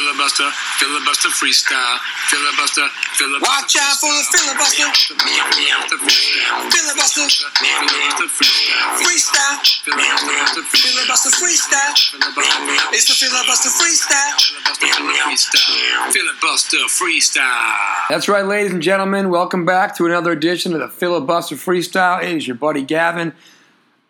Filibuster, filibuster freestyle, filibuster, filibuster. Watch out for the filibuster. Filibuster freestyle. Filibuster. Filibuster freestyle. Freestyle. Filibuster freestyle. Filibuster freestyle. Filibuster It's the filibuster freestyle. freestyle. Filibuster freestyle. That's right, ladies and gentlemen. Welcome back to another edition of the Filibuster Freestyle. It is your buddy Gavin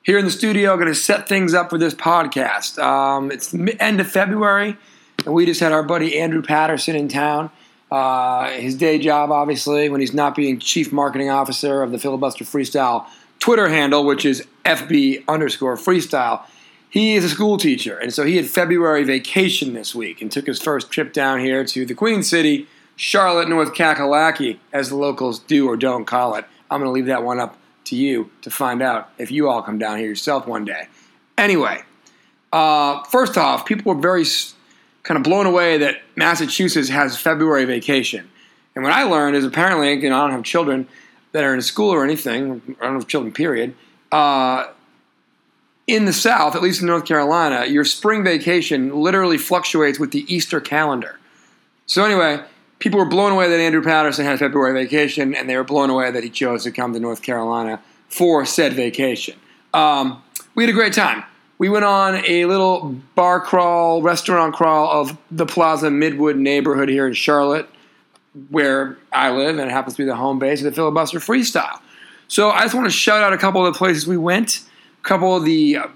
here in the studio, going to set things up for this podcast. Um, it's the mi- end of February, and we just had our buddy Andrew Patterson in town. Uh, his day job, obviously, when he's not being chief marketing officer of the Filibuster Freestyle Twitter handle, which is FB underscore freestyle. He is a school teacher, and so he had February vacation this week and took his first trip down here to the Queen City, Charlotte, North Kakalaki, as the locals do or don't call it. I'm going to leave that one up to you to find out if you all come down here yourself one day. Anyway, uh, first off, people were very s- kind of blown away that Massachusetts has February vacation. And what I learned is apparently, you know, I don't have children that are in school or anything. I don't have children, period. Uh, in the South, at least in North Carolina, your spring vacation literally fluctuates with the Easter calendar. So anyway, people were blown away that Andrew Patterson had February vacation, and they were blown away that he chose to come to North Carolina for said vacation. Um, we had a great time. We went on a little bar crawl, restaurant crawl of the Plaza Midwood neighborhood here in Charlotte, where I live, and it happens to be the home base of the filibuster freestyle. So I just want to shout out a couple of the places we went, a couple of the uh,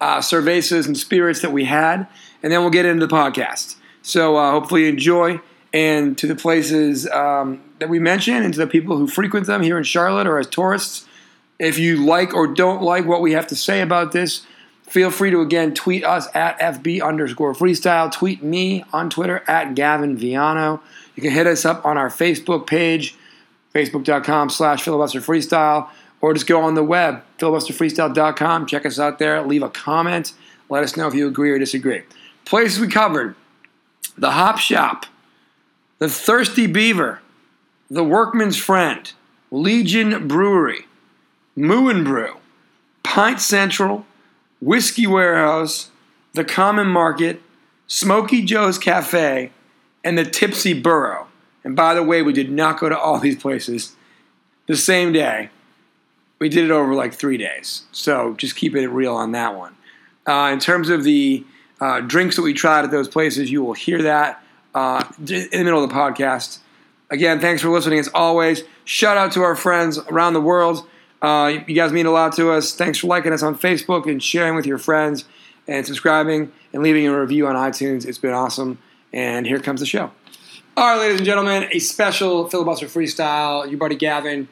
uh, cervezas and spirits that we had, and then we'll get into the podcast. So uh, hopefully you enjoy. And to the places um, that we mentioned, and to the people who frequent them here in Charlotte or as tourists, if you like or don't like what we have to say about this, feel free to again tweet us at FB underscore freestyle. Tweet me on Twitter at Gavin Viano. You can hit us up on our Facebook page, facebook.com slash filibuster freestyle, or just go on the web, filibusterfreestyle.com. Check us out there. Leave a comment. Let us know if you agree or disagree. Places we covered the Hop Shop, the Thirsty Beaver, the Workman's Friend, Legion Brewery, Moo and Brew, Pint Central, Whiskey Warehouse, the Common Market, Smoky Joe's Cafe, and the Tipsy Burrow. And by the way, we did not go to all these places the same day. We did it over like three days. So just keep it real on that one. Uh, in terms of the uh, drinks that we tried at those places, you will hear that uh, d- in the middle of the podcast. Again, thanks for listening as always. Shout out to our friends around the world. Uh, you guys mean a lot to us. Thanks for liking us on Facebook and sharing with your friends and subscribing and leaving a review on iTunes. It's been awesome. And here comes the show. All right, ladies and gentlemen, a special filibuster freestyle. Your buddy Gavin,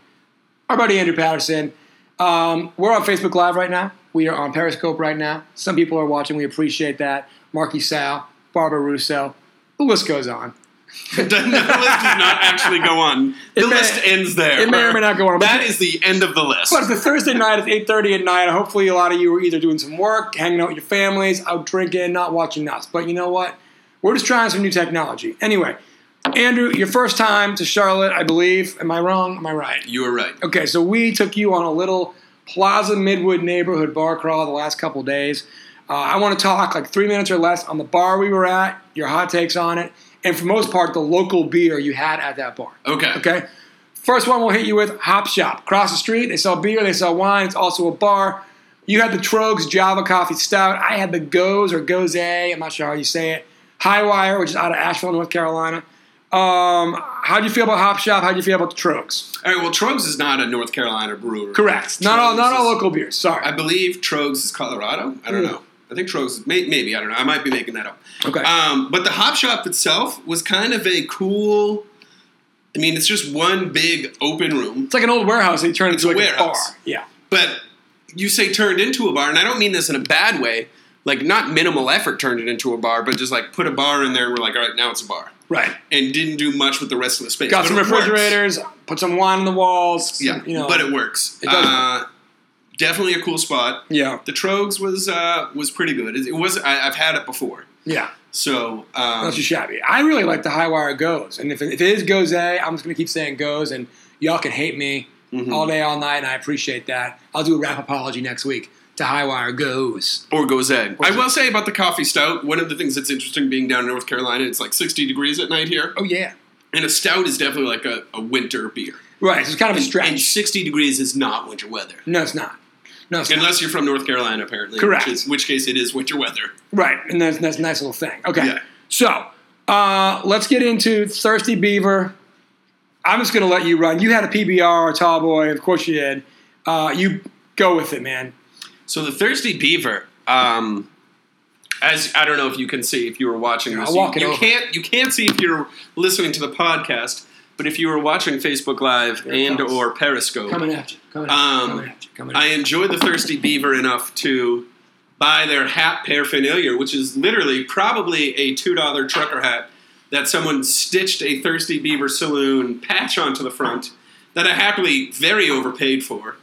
our buddy Andrew Patterson. Um, we're on Facebook Live right now. We are on Periscope right now. Some people are watching. We appreciate that. Marky Sal, Barbara Russo. The list goes on. the list does not actually go on. The It may- list ends there. It may or may not go on. but- That is the end of the list. But it's a Thursday night. It's eight thirty at night. Hopefully, a lot of you are either doing some work, hanging out with your families, out drinking, not watching us. But you know what? We're just trying some new technology. Anyway, Andrew, your first time to Charlotte, I believe. Am I wrong? Am I right? You were right. Okay, so we took you on a little Plaza Midwood neighborhood bar crawl the last couple days. Uh, I want to talk like three minutes or less on the bar we were at, your hot takes on it, and for most part, the local beer you had at that bar. Okay. Okay. First one we'll hit you with Hop Shop. Across the street, they sell beer, they sell wine. It's also a bar. You had the Trogs Java Coffee Stout. I had the Goes or Goze. I'm not sure how you say it. Highwire, which is out of Asheville, North Carolina. Um, how do you feel about Hop Shop? How do you feel about the Trogs? All right. Well, Trogs is not a North Carolina brewery. Correct. Not all, Trogs not all is- local beers. Sorry. I believe Trogs is Colorado. I don't Mm. know. I think Trogs is may, maybe. I don't know. I might be making that up. Okay. Um, but the hop shop itself was kind of a cool. I mean, it's just one big open room, it's like an old warehouse. They turned It's into like a a bar. warehouse. Yeah. but you say turned into a bar, and I don't mean this in a bad way. Like not minimal effort turned it into a bar, but just like put a bar in there. and We're like, all right, now it's a bar. Right. and didn't do much with the rest of the space. Got But some it works. refrigerators. Put some wine on the walls. Yeah, You know. but it works. It does Uh, definitely a cool spot. yeah. The Trogs was uh, was pretty good. It, it was I, I've had it before, Yeah. so um, Not too shabby. I really like the high wire goes, and if it, if it is goes A, I'm just gonna keep saying goes, Mm-hmm. and y'all can hate me all day, all night, and I appreciate that. I'll do a rap apology next week. to Highwire goes. Or Gose. I will say about the coffee stout, one of the things that's interesting being down in North Carolina, it's like 60 degrees at night here. Oh yeah, And a stout is definitely like a, a winter beer. right. so It's kind of a stretch. And 60 degrees is not winter weather. no, it's not. No, it's Unless you're from North Carolina, apparently. Correct. Which, is, which case it is winter weather. not. Right, and that's that's a nice little thing. Okay, Yeah. so uh, let's get into Thirsty Beaver. I'm just gonna let you run. You had a PBR, a tall boy. Of course you did. Uh, you go with it, man. So the Thirsty Beaver, um, as I don't know if you can see if you were watching this, I'll walk it you, you over. can't you can't see if you're listening to the podcast, but if you were watching Facebook Live it and comes. or Periscope, Coming at you. Coming at you. Um, coming at you. Coming at you. I enjoyed the Thirsty Beaver enough to buy their hat paraphernalia, which is literally probably a $2 trucker hat that someone stitched a Thirsty Beaver Saloon patch onto the front that I happily very overpaid for.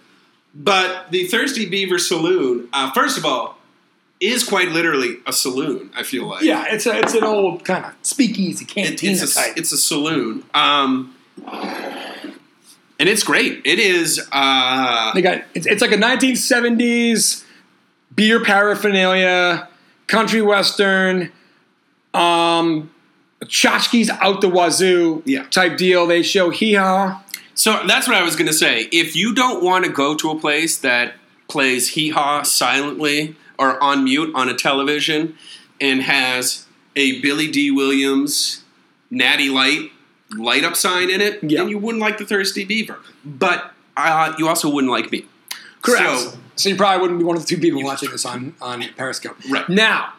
But the Thirsty Beaver Saloon, uh, first of all, is quite literally a saloon, I feel like. yeah, it's a, it's an old kind of speakeasy It- cantina it's, a, type. it's a saloon. Um, and it's great. It is. Uh, They got it's, it's like a 1970s beer paraphernalia, country western, um, tchotchkes out the wazoo Yeah. type deal. They show hee haw. So that's what I was going to say. If you don't want to go to a place that plays hee haw silently or on mute on a television and has a Billy D. Williams natty light light up sign in it, Yeah. then you wouldn't like the Thirsty Beaver. But uh, you also wouldn't like me. Correct. So, So- you probably wouldn't be one of the two people watching this on, on Periscope. Right. Now,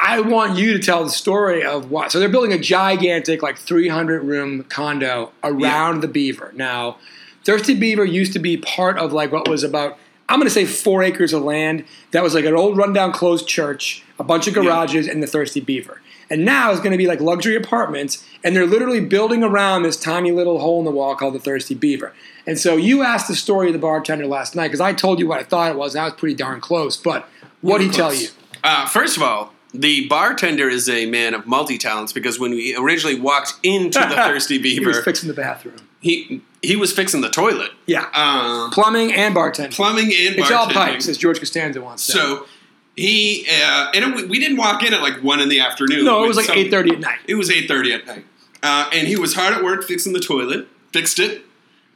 I want you to tell the story of why. So they're building a gigantic, like 300 room condo around the Beaver. Now, Thirsty Beaver used to be part of like what was about, I'm going to say four acres of land that was like an old rundown closed church, a bunch of garages, and the Thirsty Beaver. And now it's going to be like luxury apartments, and they're literally building around this tiny little hole in the wall called the Thirsty Beaver. And so you asked the story of the bartender last night because I told you what I thought it was, and I was pretty darn close. But what did he tell you? Uh, first of all, the bartender is a man of multi talents because when we originally walked into the Thirsty He was Beaver, fixing the bathroom. he, he was fixing the toilet. Yeah. Um, Plumbing and bartending. plumbing and it's all bartending. pipes, as George Costanza once said. So he uh, and it, we didn't walk in at like one in the afternoon. no, it was like Some- 8.30 at night. It was eight thirty at night, uh, and he was hard at work fixing the toilet. Fixed it,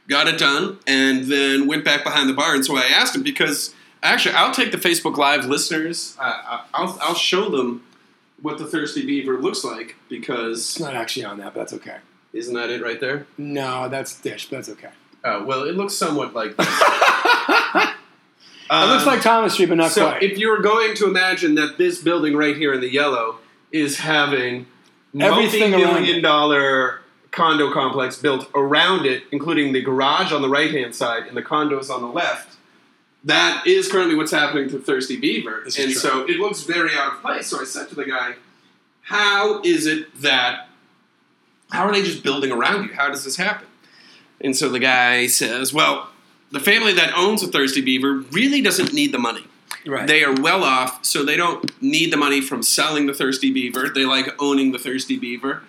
got it done, and then went back behind the bar. And so I asked him because actually I'll take the Facebook Live listeners. Uh, I- I'll I'll show them what the thirsty beaver looks like It's because not actually on that, but that's okay. isn't that it right there? No, that's dish, but that's okay. Uh, well, it looks somewhat like. This. it looks Um, like Thomas Street, but not so quite. if you were going to imagine that this building right here in the yellow is having Everything around it. multi-million dollar condo complex built around it, including the garage on the right hand side and the condos on the left, that is currently what's happening to Thirsty Beaver. This is and true. so it looks very out of place. So I said to the guy, How is it that how are they just building around you? How does this happen? And so the guy says, Well, the family that owns a Thirsty Beaver really doesn't need the money. right. They are well off, so they don't need the money from selling the Thirsty Beaver. They like owning the Thirsty Beaver.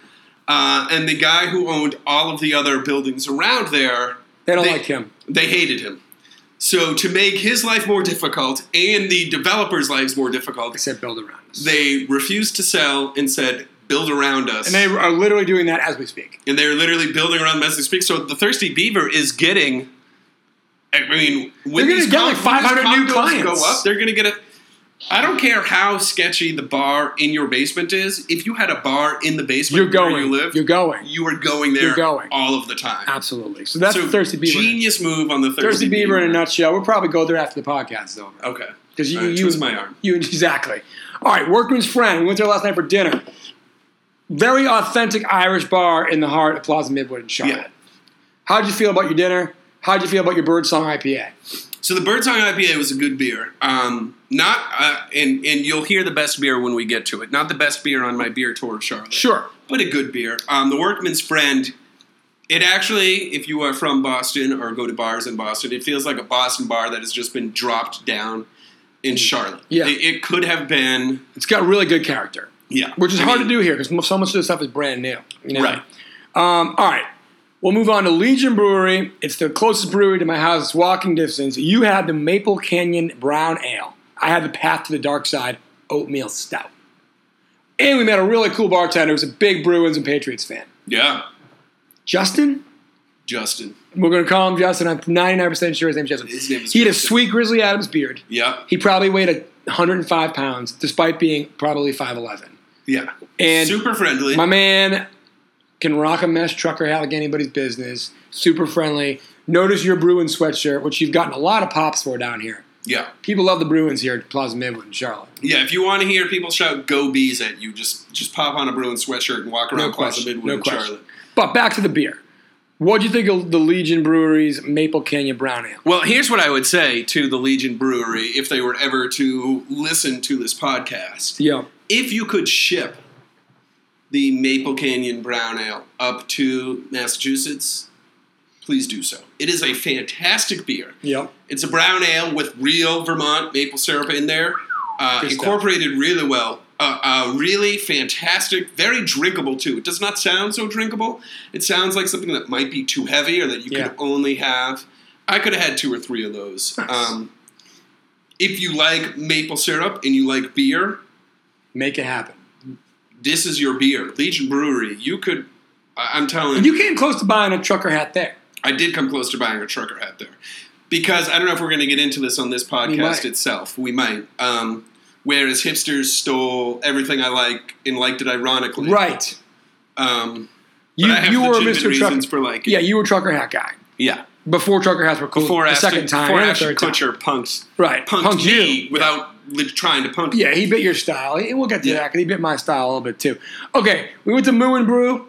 Uh, and the guy who owned all of the other buildings around there, They don't they- like him. they hated him. So to make his life more difficult and the developers' lives more They difficult, said build around us. they refused to sell and said, "Build around us." and they are literally doing that as we speak. and they're literally building around them as they speak. So the Thirsty Beaver is getting. I mean, when They're gonna these get, like, con- when these 500 new condos clients. Go up, they're going to get a. I don't care how sketchy the bar in your basement is. If you had a bar in the basement You're going. where you live, You're going. you are going there. You're going. all of the time. Absolutely. So that's so the Thirsty Beaver. Genius move on the Thirsty, Thirsty Beaver in a nutshell. We'll probably go there after the podcast is over. Okay. Because you, All right, you twist my arm. You exactly. All right, Workman's Friend. We went there last night for dinner. Very authentic Irish bar in the heart of Plaza Midwood in Charlotte. Yeah. How'd you feel about your dinner? How'd you feel about your Birdsong IPA? So the Birdsong IPA was a good beer. Um, not uh, and and you'll hear the best beer when we get to it. Not the best beer on my beer tour of Charlotte. Sure. but a good beer. Um, the Workman's Friend. It actually, if you are from Boston or go to bars in Boston, it feels like a Boston bar that has just been dropped down in Charlotte. Mm. Yeah. it, it could have been. It's got really good character, Yeah, which is I hard mean, to do here because so much of this stuff is brand new. you know? Right. Um, all right. We'll move on to Legion Brewery. It's the closest brewery to my house. It's walking distance. You had the Maple Canyon Brown Ale. I had the Path to the Dark Side Oatmeal Stout. And we met a really cool bartender who's a big Bruins and Patriots fan. Yeah, Justin? Justin. We're going to call him Justin. I'm 99% sure his name's Justin. His name is he had a Justin. sweet Grizzly Adams beard. Yeah, He probably weighed 105 pounds, despite being probably 5'11. yeah. And Super friendly. my man can rock a mesh trucker hat like anybody's business. Super friendly. Notice your Bruins sweatshirt, which you've gotten a lot of pops for down here. yeah, People love the Bruins here at Plaza Midwood in Charlotte. yeah. If you want to hear people shout "Go Bees" at you, just just pop on a Bruin sweatshirt and walk around Plaza question, Midwood no in question. Charlotte. But back to the beer. What'd you think of the Legion Brewery's Maple Canyon Brown Ale? Well, here's what I would say to the Legion Brewery if they were ever to listen to this podcast. Yo, if you could ship the Maple Canyon Brown Ale up to Massachusetts, please do so. It is a fantastic beer. yo, It's a brown ale with real Vermont maple syrup in there, uh, Good stuff. incorporated really well. Uh, uh, really fantastic, very drinkable too. It does not sound so drinkable. It sounds like something that might be too heavy or that you Yeah. could only have. I could have had two or three of those. Um, if you like maple syrup and you like beer, make it happen. this is your beer, Legion Brewery. You could, I- I'm telling You came close to buying a trucker hat there. I did come close to buying a trucker hat there because I don't know if we're going to get into this on this might. podcast itself. We might. Um, whereas hipsters stole everything I like and liked it ironically. Right. Um, You, I have you were legitimate Mr. Trucker. reasons for liking Yeah, you were trucker hat guy. yeah. Before trucker hats were cool. Before the Ashton, second time. before and the Ashton third time. Kutcher punks Right. punked Punked you. me without li- trying to punk. Yeah, he bit your style. And we'll get to Yeah. that 'cause he bit my style a little bit too. Okay, we went to Moo and Brew.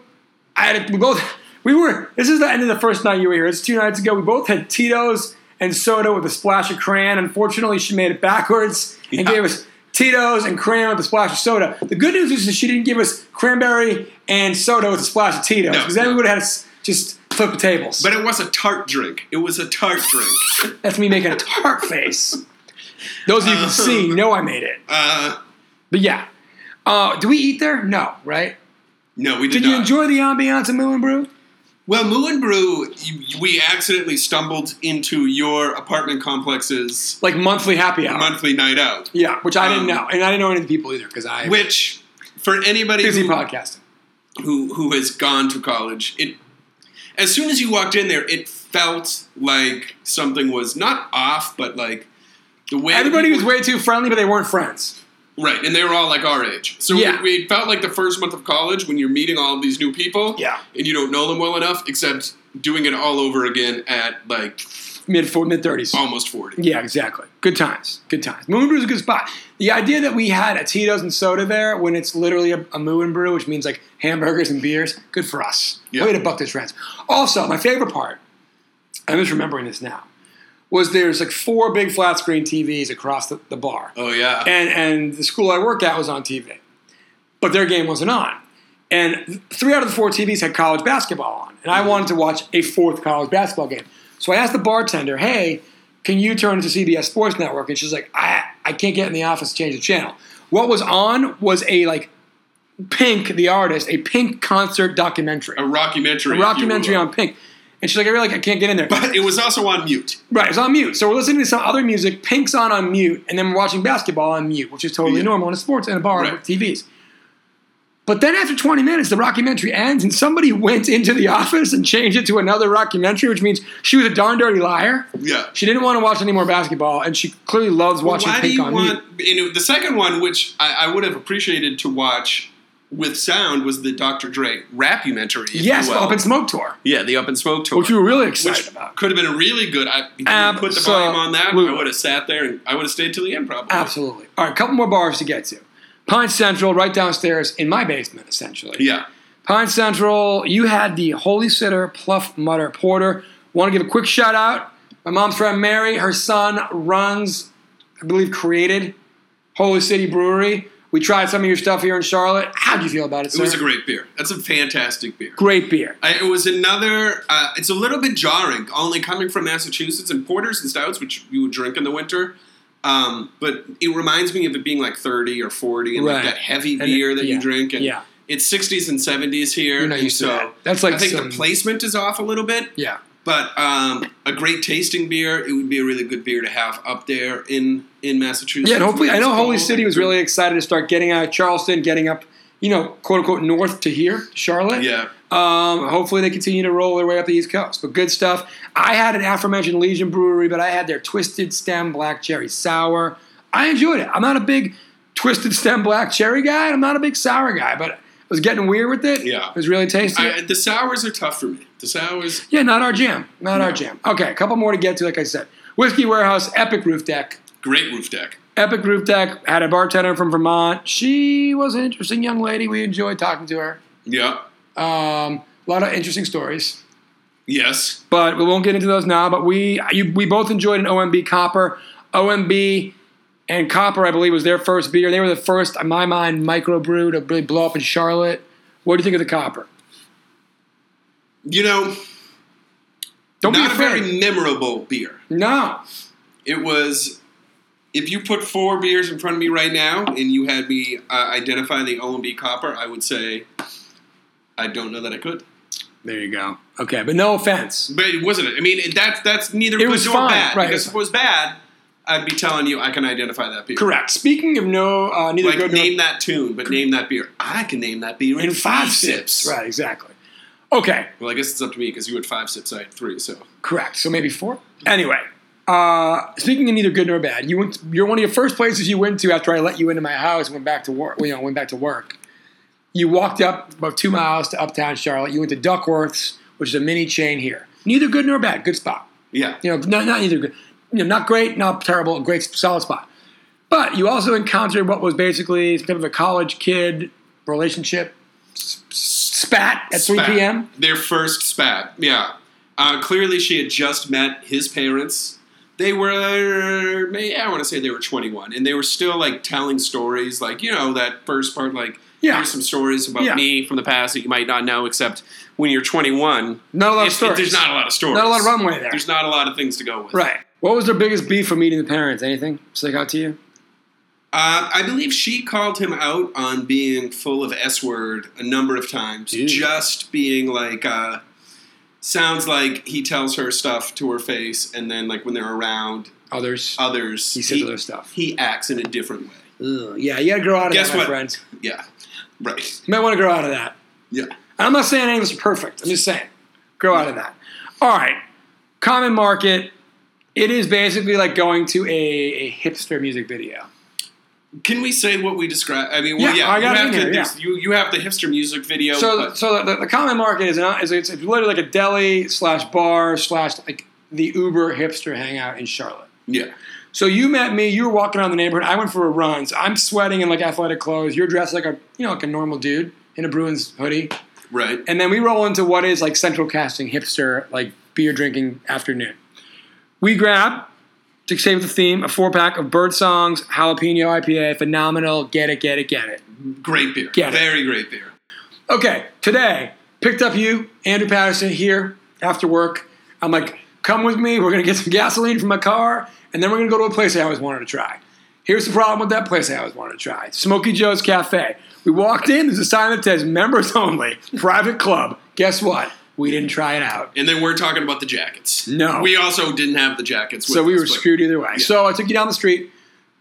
I had a, we both we were this is the end of the first night you were here. It's two nights ago. We both had Tito's and soda with a splash of crayon. Unfortunately, she made it backwards and Yeah. gave us Tito's and crayon with a splash of soda. The good news is that she didn't give us cranberry and soda with a splash of Tito's No, because then we no. would have had to s- just flip the tables. But it was a tart drink. It was a tart drink. That's me making a tart face. Those of you who Uh-huh. can see know I made it. Uh, But yeah. Uh, do we eat there? No, right? no, we did, Did you not. enjoy the ambiance of Moon and Brew? Well, Moo and Brew, you- we accidentally stumbled into your apartment complex's Like monthly happy hour. monthly night out, yeah, which I didn't Um, know. And I didn't know any of the people either because I which for anybody busy who, podcasting. who who has gone to college, it as soon as you walked in there, it felt like something was not off, but like the way Everybody was people- way too friendly, but they weren't friends. right, and they were all like our age. So Yeah. we, we felt like the first month of college when you're meeting all of these new people, Yeah. and you don't know them well enough, except doing it all over again at like Mid mid thirties. almost forty. Yeah, exactly. Good times. Good times. Moon and Brew is a good spot. The idea that we had a Tito's and soda there when it's literally a, a Moon and Brew, which means like hamburgers and beers, good for us. Yeah. Way to buck the trends. Also, my favorite part, I'm just remembering this now, was there's like four big flat screen TVs across the, the bar. Oh yeah. and and the school I worked at was on TV, but their game wasn't on. And three out of the four TVs had college basketball on, and I wanted to watch a fourth college basketball game. So I asked the bartender, "Hey, can you turn it to CBS Sports Network?" And she's like, "I I can't get in the office to change the channel." What was on was a like Pink, the artist, a Pink concert documentary, a a rockumentary. if you documentary will. on Pink. And she's like, I really I can't get in there. But it was also on mute. Right, it's on mute. So we're listening to some other music. Pink's on on mute, and then we're watching basketball on mute, which is totally Yeah. normal in a sports and a bar Right. with TVs. But then after 20 minutes, the documentary ends, and somebody went into the office and changed it to another documentary, which means she was a darn dirty liar. Yeah. She didn't want to watch any more basketball, and she clearly loves watching Why do Pink you on mute. want? And it- the second one, which I, I would have appreciated to watch with sound, was the Dr. Dre rapumentary. if Yes, you the will. Up in Smoke tour, yeah, the Up and Smoke tour, which we were really excited about. could have been really good. I if you put the volume on that. I Absolutely. would have sat there and I would have stayed till the end, probably. Absolutely. All right, a couple more bars to get to. Pine Central, right downstairs in my basement, essentially. Yeah. Pine Central, you had the Holy Sitter Pluff Mutter Porter. Want to give a quick shout out. My mom's friend Mary, her son runs, I believe, created Holy City Brewery. We tried some of your stuff here in Charlotte. How'd you feel about it, It sir? was a great beer. That's a fantastic beer. Great beer. I, it was another. Uh, it's a little bit jarring, only coming from Massachusetts and porters and stouts, which you would drink in the winter. Um, but it reminds me of it being like thirty or forty, and Right. like that heavy And- beer that yeah, you drink, and yeah. It's 60s and 70s here. You're not and used to so that. That's like I think some- the placement is off a little bit, Yeah. but um, a great tasting beer. It would be a really good beer to have up there in in Massachusetts. Yeah, and hopefully, I It's know Holy cold. City was really excited to start getting out of Charleston, getting up, you know, quote unquote, north to here, to Charlotte. Yeah, Um, hopefully, they continue to roll their way up the East Coast. But good stuff. I had an aforementioned Legion Brewery, but I had their Twisted Stem Black Cherry Sour. I enjoyed it. I'm not a big Twisted Stem Black Cherry guy, and I'm not a big sour guy, but I was getting weird with it. Yeah. It was really tasty. I, the sours are tough for me. The sours, yeah, not our jam. Not our jam. Okay, a couple more to get to, like I said. Whiskey Warehouse, Epic Roof Deck. great roof deck. Epic Roof Deck had a bartender from Vermont. She was an interesting young lady. We enjoyed talking to her. Yeah. Um, a lot of interesting stories, Yes. but we won't get into those now. But we you, we both enjoyed an OMB Copper. OMB and Copper, I believe, was their first beer. They were the first, in my mind, microbrew to really blow up in Charlotte. What do you think of the Copper? You know, Don't not be a afraid. very memorable beer. no, It was. If you put four beers in front of me right now and you had me uh, identify the OMB Copper, I would say I don't know that I could. there you go. Okay, but no offense. But it wasn't. I mean, it, that's that's neither It good was nor fine, bad. right, Because it if it was bad, I'd be telling you I can identify that beer. Correct. Speaking of no, uh, neither Like good nor name that tune, but name that beer. I can name that beer in, in five sips. Right, exactly. Okay, Well, I guess it's up to me because you had five sips, I had three. So Correct. So maybe four. Anyway, uh, speaking of neither good nor bad, you went. You're one of your first places you went to after I let you into my house. and Went back to work. You know, went back to work. You walked up about two miles to Uptown Charlotte. You went to Duckworth's, which is a mini chain here. Neither good nor bad. Good spot. yeah, You know, not, not either good. You know, not great, not terrible. Great, solid spot. But you also encountered what was basically kind of a college kid relationship s- s- spat at 3 Spat. p.m. Their first spat. Yeah. Uh, clearly, she had just met his parents. They were, may- I want to say they were 21, and they were still like telling stories, like you know that first part, like Yeah. here's some stories about Yeah. me from the past that you might not know, except when you're 21, Not a lot of it's- stories. there's not a lot of stories, Not a lot of runway there. There's not a lot of things to go with. Right. What was their biggest beef for meeting the parents? Anything stick out to you? Uh, I believe she called him out on being full of S word a number of times. Ew. Just being like, uh, sounds like he tells her stuff to her face, and then like when they're around Others. others, Uh, He says other stuff. He acts in a different way. Ugh, yeah, you gotta grow out of Guess that, my what? friends. Yeah, right. You might want to grow out of that. Yeah, And I'm not saying anything's perfect. I'm just saying, grow out of that. All right. Common Market. It is basically like going to a, a hipster music video. can we say what we describe? I mean, Yeah, well, yeah, I got you it have in to- here, there's- You you have the hipster music video. So, but- so the, the Common Market is, not, is it's, it's literally like a deli slash bar slash like the Uber hipster hangout in Charlotte. yeah, So you met me. You were walking around the neighborhood. I went for a run. So I'm sweating in like athletic clothes. You're dressed like a you know like a normal dude in a Bruins hoodie. right. And then we roll into what is like central casting hipster like beer drinking afternoon. We grab to save the theme a four pack of Bird Songs Jalapeno IPA. Phenomenal. Get it. Get it. Get it. Great beer. Get it. Very great beer. Okay. Today picked up you Andrew Patterson here after work. I'm like, come with me. We're gonna get some gasoline from my car, and then we're gonna go to a place I always wanted to try. Here's the problem with that place I always wanted to try Smoky Joe's Cafe. We walked in, there's a sign that says members only, private club. Guess what? We didn't try it out. And then we're talking about the jackets. No. we also didn't have the jackets. So with we us, were but- screwed either way. So I took you down the street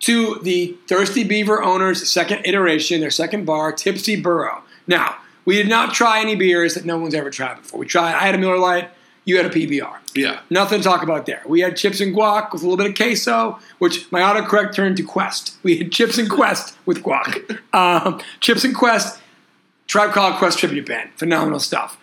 to the Thirsty Beaver owner's second iteration, their second bar, Tipsy Burrow. Now, we did not try any beers that no one's ever tried before. We tried, I had a Miller Lite, you had a PBR. Yeah. Nothing to talk about there. We had chips and guac with a little bit of queso, which my autocorrect turned to Quest. We had chips and Quest with guac. Um, chips and Quest, Tribe Called Quest tribute band. Phenomenal stuff.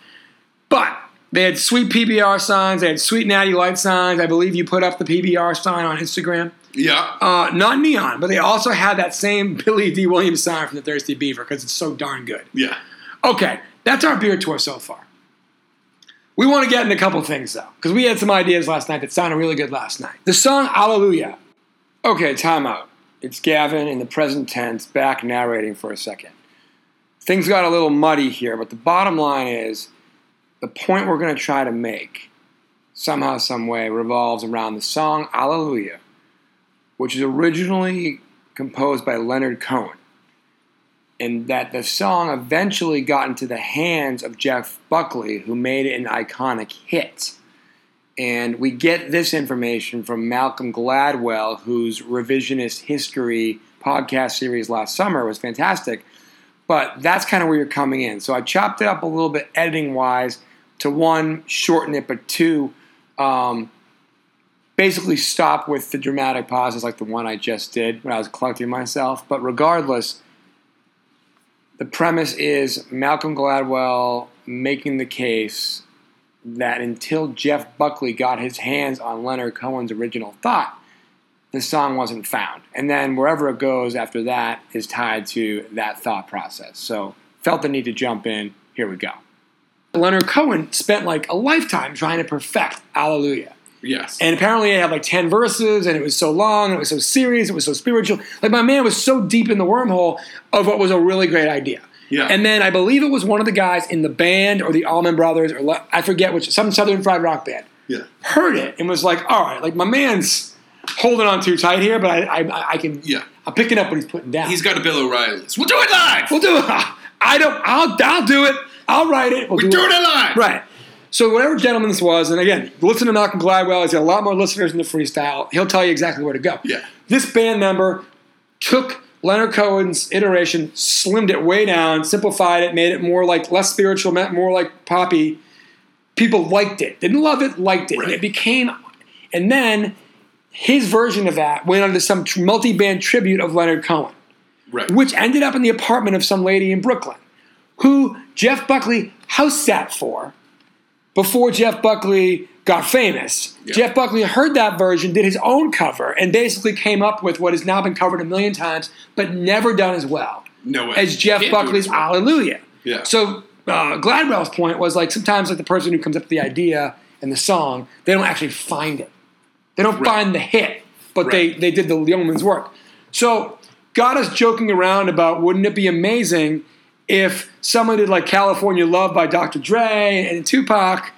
But they had sweet PBR signs. They had sweet Natty Light signs. I believe you put up the PBR sign on Instagram. Yeah. Uh, not neon, but they also had that same Billy D. Williams sign from the Thirsty Beaver because it's so darn good. yeah. Okay, that's our beer tour so far. We want to get into a couple things though, because we had some ideas last night that sounded really good last night. The song Alleluia. Okay, time out. It's Gavin in the present tense, back narrating for a second. Things got a little muddy here, but the bottom line is the point we're going to try to make somehow, some way, revolves around the song Alleluia, which is originally composed by Leonard Cohen and that the song eventually got into the hands of Jeff Buckley, who made it an iconic hit. And we get this information from Malcolm Gladwell, whose revisionist history podcast series last summer was fantastic. But that's kind of where you're coming in. So I chopped it up a little bit editing wise to one, shorten it, but two, um, basically stop with the dramatic pauses like the one I just did when I was collecting myself. But regardless, the premise is Malcolm Gladwell making the case that until Jeff Buckley got his hands on Leonard Cohen's original thought, the song wasn't found. And then wherever it goes after that is tied to that thought process. So felt the need to jump in. Here we go. Leonard Cohen spent like a lifetime trying to perfect Alleluia. Yes. And apparently it had like 10 verses and it was so long, and it was so serious, it was so spiritual. Like my man was so deep in the wormhole of what was a really great idea. Yeah. And then I believe it was one of the guys in the band or the Allman Brothers or Le- I forget which, some Southern Fried Rock band, yeah. heard it and was like, all right, like my man's holding on too tight here, but I, I, I can, Yeah. I'm picking up what he's putting down. He's got a Bill O'Reilly's. We'll do it live. we'll do it. I don't, I'll, I'll do it. I'll write it. We'll We're doing it live. Right. So whatever gentleman this was, and again, listen to Malcolm Gladwell. He's got a lot more listeners in the freestyle. He'll tell you exactly where to go. Yeah. This band member took Leonard Cohen's iteration, slimmed it way down, simplified it, made it more like less spiritual, ma- more like poppy. People liked it. Didn't love it, liked it. And Right. it became and then his version of that went onto some tr- multi-band tribute of Leonard Cohen Right. which ended up in the apartment of some lady in Brooklyn, who Jeff Buckley house sat for before Jeff Buckley got famous. Yeah. Jeff Buckley heard that version, did his own cover, and basically came up with what has now been covered a million times, but never done as well no way. as Jeff Can't do it Buckley's as well. Hallelujah. Yeah. So uh, Gladwell's point was like sometimes like the person who comes up with the idea and the song, they don't actually find it. They don't find the hit, but Right. they they did the yeoman's work. So got us joking around about wouldn't it be amazing if someone did like California Love by Dr. Dre and Tupac,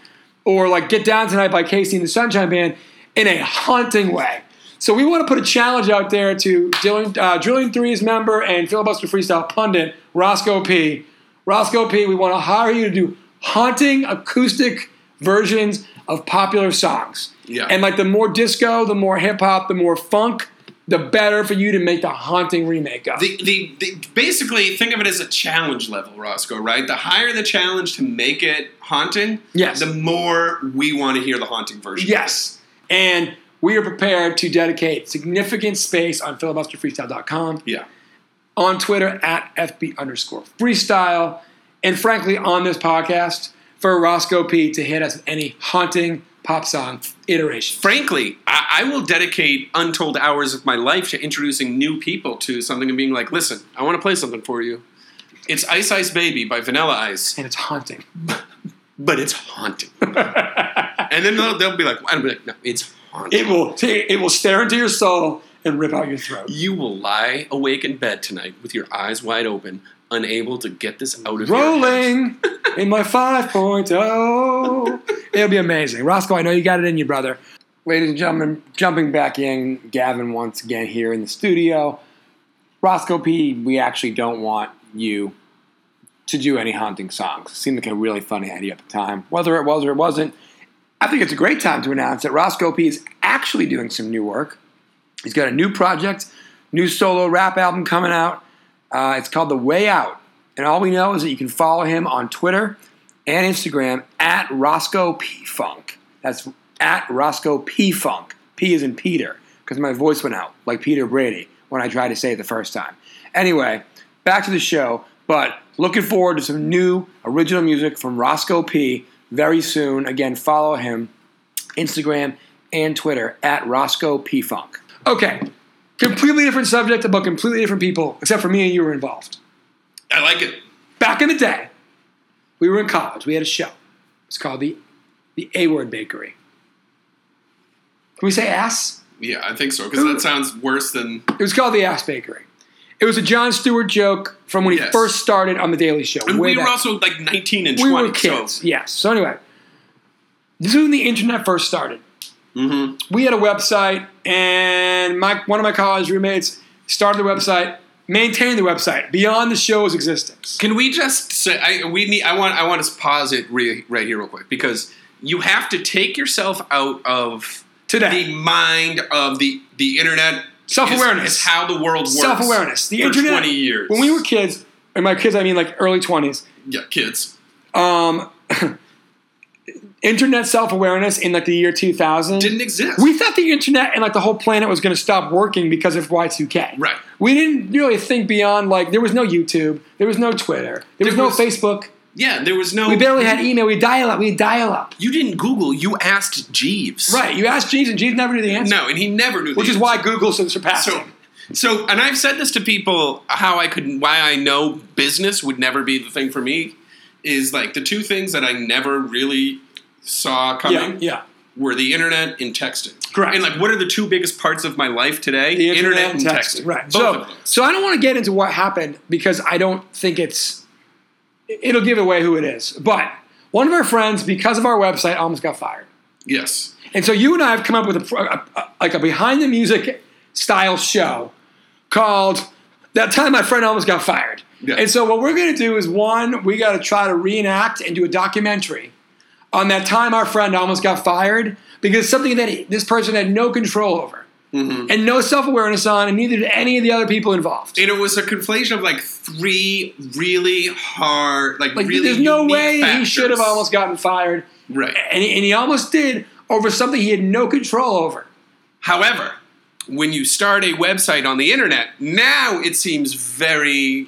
or like Get Down Tonight by Casey and the Sunshine Band in a haunting way. So we want to put a challenge out there to Drilling, uh, Drilling Threes member and filibuster freestyle pundit Roscoe P. Roscoe P. We want to hire you to do haunting acoustic versions of popular songs. Yeah. And like the more disco, the more hip hop, the more funk, the better for you to make the haunting remake of. The, the, the basically think of it as a challenge level, Roscoe. Right? The higher the challenge to make it haunting, Yes. the more we want to hear the haunting version. Yes. And we are prepared to dedicate significant space on filibusterfreestyle.com, Yeah. on Twitter at FB underscore freestyle, and frankly on this podcast for Roscoe P to hit us with any haunting pop song iteration. Frankly, I, I will dedicate untold hours of my life to introducing new people to something and being like, "Listen, I want to play something for you." It's Ice Ice Baby by Vanilla Ice, And it's haunting. but it's haunting. and then they'll, they'll be like, "I'll be like, no, it's haunting." It will it will stare into your soul and rip out your throat. You will lie awake in bed tonight with your eyes wide open, unable to get this out of your head. Rolling in my 5.0. It'll be amazing. Roscoe, I know you got it in you, brother. Ladies and gentlemen, jumping back in, Gavin once again here in the studio. Roscoe P, we actually don't want you to do any haunting songs. Seemed like a really funny idea at the time. Whether it was or it wasn't, I think it's a great time to announce that Roscoe P is actually doing some new work. He's got a new project, new solo rap album coming out. Uh, it's called The Way Out. And all we know is that you can follow him on Twitter and Instagram at Roscoe P. Funk. That's at Roscoe P. Funk. P is in Peter, because my voice went out, like Peter Brady, when I tried to say it the first time. Anyway, back to the show, but looking forward to some new original music from Roscoe P. very soon. Again, follow him Instagram and Twitter at Roscoe P. Funk. Okay, completely different subject about completely different people, except for me and you were involved. I like it. Back in the day, we were in college. We had a show. It's called the the A Word Bakery. Can we say ass? Yeah, I think so because that sounds worse than It was called the Ass Bakery. It was a John Stewart joke from when he Yes. first started on the Daily Show. And way we were back. also like 19 and we 20. were kids. So, Yes. So anyway, this is when the internet first started. Mhm. We had a website, and my one of my college roommates started the website. maintain the website beyond the show's existence. Can we just say I, we need? I want I want to pause it re, right here real quick because you have to take yourself out of Today. the mind of the the internet. is- Self-awareness. is how the world works. Self awareness. The for internet. Twenty years When we were kids, and by kids I mean like early 20s, yeah, kids. um, internet self awareness in like the year 2000 Didn't exist. We thought the internet and like the whole planet was going to stop working because of Y2K. Right. We didn't really think beyond like there was no YouTube, there was no Twitter, there was There no was- Facebook. yeah, there was no. We barely had email. We dial up. We dial up. You didn't Google. You asked Jeeves. Right. You asked Jeeves, and Jeeves never knew the answer. No, and he never knew. Which the is why Google so surpassed So, him. so, and I've said this to people how I could, why I know business would never be the thing for me is like the two things that I never really saw Yeah. coming Yeah. were the internet and texting. Correct. And like, what are the two biggest parts of my life today? The internet, and texting. texting. Right. Both So, of them. so I don't want to get into what happened because I don't think it's it'll give away who it is. But one of our friends, because of our website, almost got fired. Yes. And so you and I have come up with a, pro- a, a- like a behind the music style show called "That Time My Friend Almost Got Fired." Yeah. And so what we're going to do is one, we got to try to reenact and do a documentary on that time our friend almost got fired because something that he- this person had no control over Mm-hmm. and no self awareness on, and neither did any of the other people involved. And it was a conflation of like three really hard, like, like really there's no unique way he factors. should have almost gotten fired, Right. and he, and he almost did over something he had no control over. However, when you start a website on the internet, now it seems very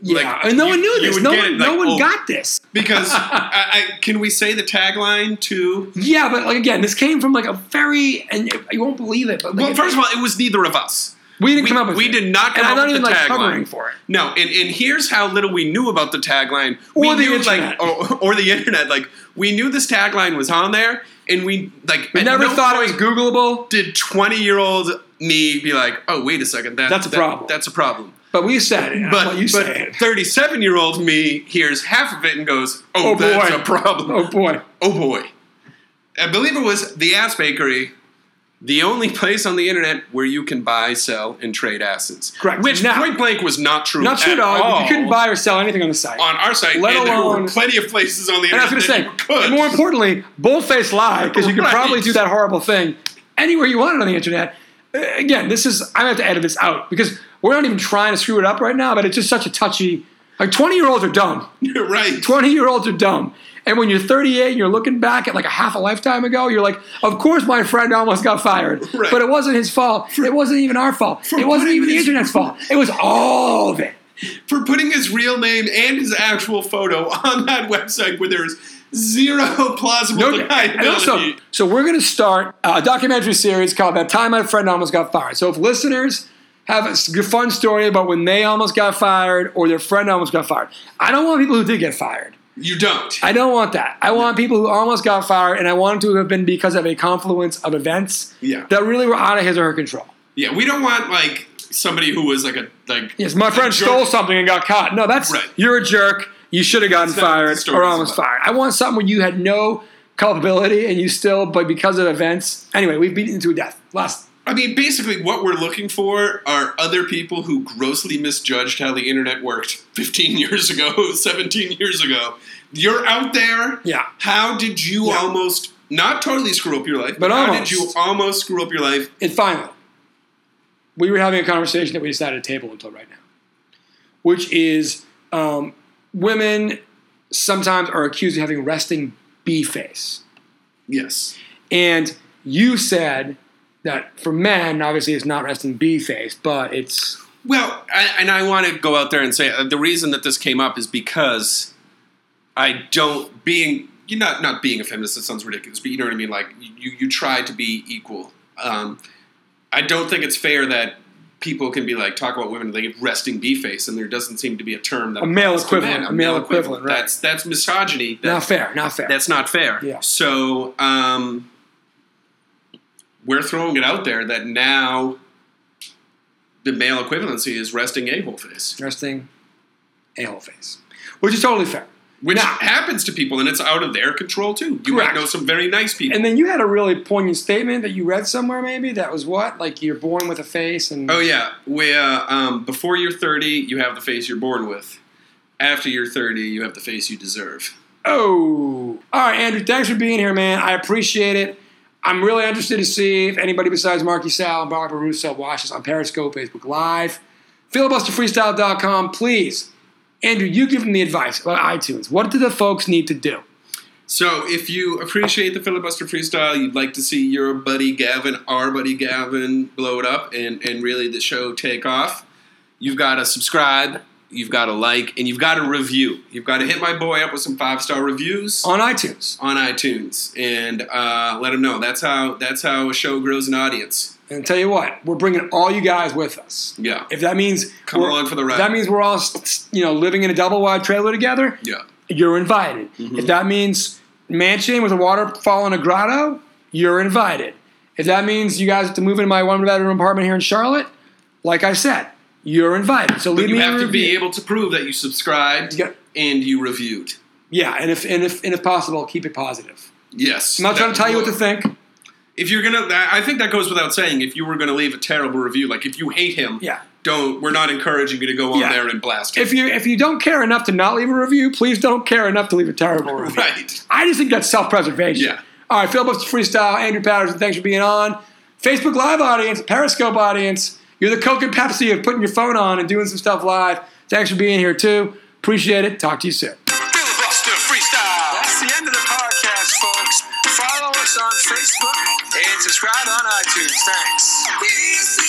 Yeah, Like, and no you- one knew you this. would No get one, it, no like, one oh. got this. Because I, I, can we say the tagline to? Yeah, but like again, this came from like a very, and you won't believe it. But like, Well, first of all, it was neither of us. we didn't we- come up with we it. did and not come I'm up not with even the like tagline. covering for it. No, and, and here's how little we knew about the tagline. Or we the knew, internet. like or, or the internet. Like we knew this tagline was on there, and we like We at never no thought point it was Googleable, Did twenty year old me be like, oh wait a second, that, That's a that- problem. That's a problem. but we said it. But Well, you said but it. thirty seven year old me hears half of it and goes, oh, Oh, that's boy. a problem. Oh boy, Oh boy. I believe it was the Ass Bakery, the only place on the internet where you can buy, sell, and trade asses. Correct. Which Now- point blank was not true. not true at all. You couldn't buy or sell anything on the site. on our site. let and there alone- were plenty of places on the and I internet. was going to say, that you could. more importantly, boldface lie because you could Right. probably do that horrible thing anywhere you wanted on the internet. Uh, Again, this is I have to edit this out because we're not even trying to screw it up right now. But it's just such a touchy. Like twenty year olds are dumb. You're right. 20 year olds are dumb. And when you're 38 and you're looking back at like a half a lifetime ago, you're like, of course my friend almost got fired. Right. But it wasn't his fault. it wasn't even our fault. It wasn't putting even the his- internet's fault. It was all of it. For putting his real name and his actual photo on that website where there's zero plausible No, deniability. and also, so we're going to start uh, a documentary series called That Time My Friend Almost Got Fired. So if listeners have a s- fun story about when they almost got fired or their friend almost got fired, I don't want people who did get fired. you don't. I don't want that. I want people who almost got fired, and I want it to have been because of a confluence of events Yeah. that really were out of his or her control. yeah, we don't want like somebody who was like a like Yes, my friend jerk. stole something and got caught. No, that's Right. you're a jerk. You should have gotten That's not what the fired story or is almost about. fired. I want something where you had no culpability and you still, but because of events, anyway, we've beaten to death. Last I mean, basically, what we're looking for are other people who grossly misjudged how the internet worked 15 years ago, 17 years ago. You're out there. Yeah. How did you Yeah. almost, not totally screw up your life, But how almost. did you almost screw up your life? And finally, we were having a conversation that we decided to table until right now, which is um, women sometimes are accused of having resting B face. Yes. And you said that for men, obviously it's not resting B face, but it's. Well, I, and I want to go out there and say uh, the reason that this came up is because I don't being you not not being a feminist. That sounds ridiculous, but you know what I mean. Like you, you try to be equal. Um, I don't think it's fair that people can be like talk about women and they get resting bee face, and there doesn't seem to be a term that A male applies to men. equivalent, a male equivalent, right. That's that's misogyny. That, Not fair, not fair. that's not fair. Yeah. So um, we're throwing it out there that now the male equivalency is resting a whole face. resting a hole face, which is totally fair. which Now- happens to people, and it's out of their control too. You Correct. might know some very nice people. And then you had a really poignant statement that you read somewhere, maybe that was what like you're born with a face and oh yeah, we, uh, um, before you're 30, you have the face you're born with. After you're 30, you have the face you deserve. Oh. All right, Andrew, thanks for being here, man. I appreciate it. I'm really interested to see if anybody besides Marky Sal and Barbara Russo watches on Periscope, Facebook Live, filibusterfreestyle.com. Please, Andrew, you give them the advice about iTunes. What do the folks need to do? So, if you appreciate the filibuster freestyle, you'd like to see your buddy Gavin, our buddy Gavin, blow it up and, and really the show take off, you've got to subscribe, you've got to like, and you've got to review. You've got to hit my boy up with some five star reviews On iTunes. on iTunes and uh, let him know. That's how that's how a show grows an audience. And tell you what, we're bringing all you guys with us. Yeah, If that means Come we're- along for the if ride. that means we're all, you know, living in a double wide trailer together. yeah. Mm-hmm. you're invited. If that means mansion with a waterfall and a grotto, you're invited. If that means you guys have to move into my one bedroom apartment here in Charlotte, like I said, you're invited. So leave You me have a to be review. able to prove that you subscribed Yeah. and you reviewed. yeah, and if and if and if possible, keep it positive. Yes, I'm not trying to tell you what to think. think. if you're gonna that- i think that goes without saying if you were gonna leave a terrible review like if you hate him Yeah. don't we're not encouraging you to go on Yeah. there and blast him If you if you don't care enough to not leave a review, please don't care enough to leave a terrible review. right I just think that's self preservation. Yeah. All right, Filibuster Freestyle, Andrew Patterson, thanks for being on. Facebook Live audience, Periscope audience, you're the Coke and Pepsi of putting your phone on and doing some stuff live. Thanks for being here, too. Appreciate it. Talk to you soon. Filibuster Freestyle. That's the end of the podcast, folks. Follow us on Facebook and subscribe on iTunes. Thanks. Peace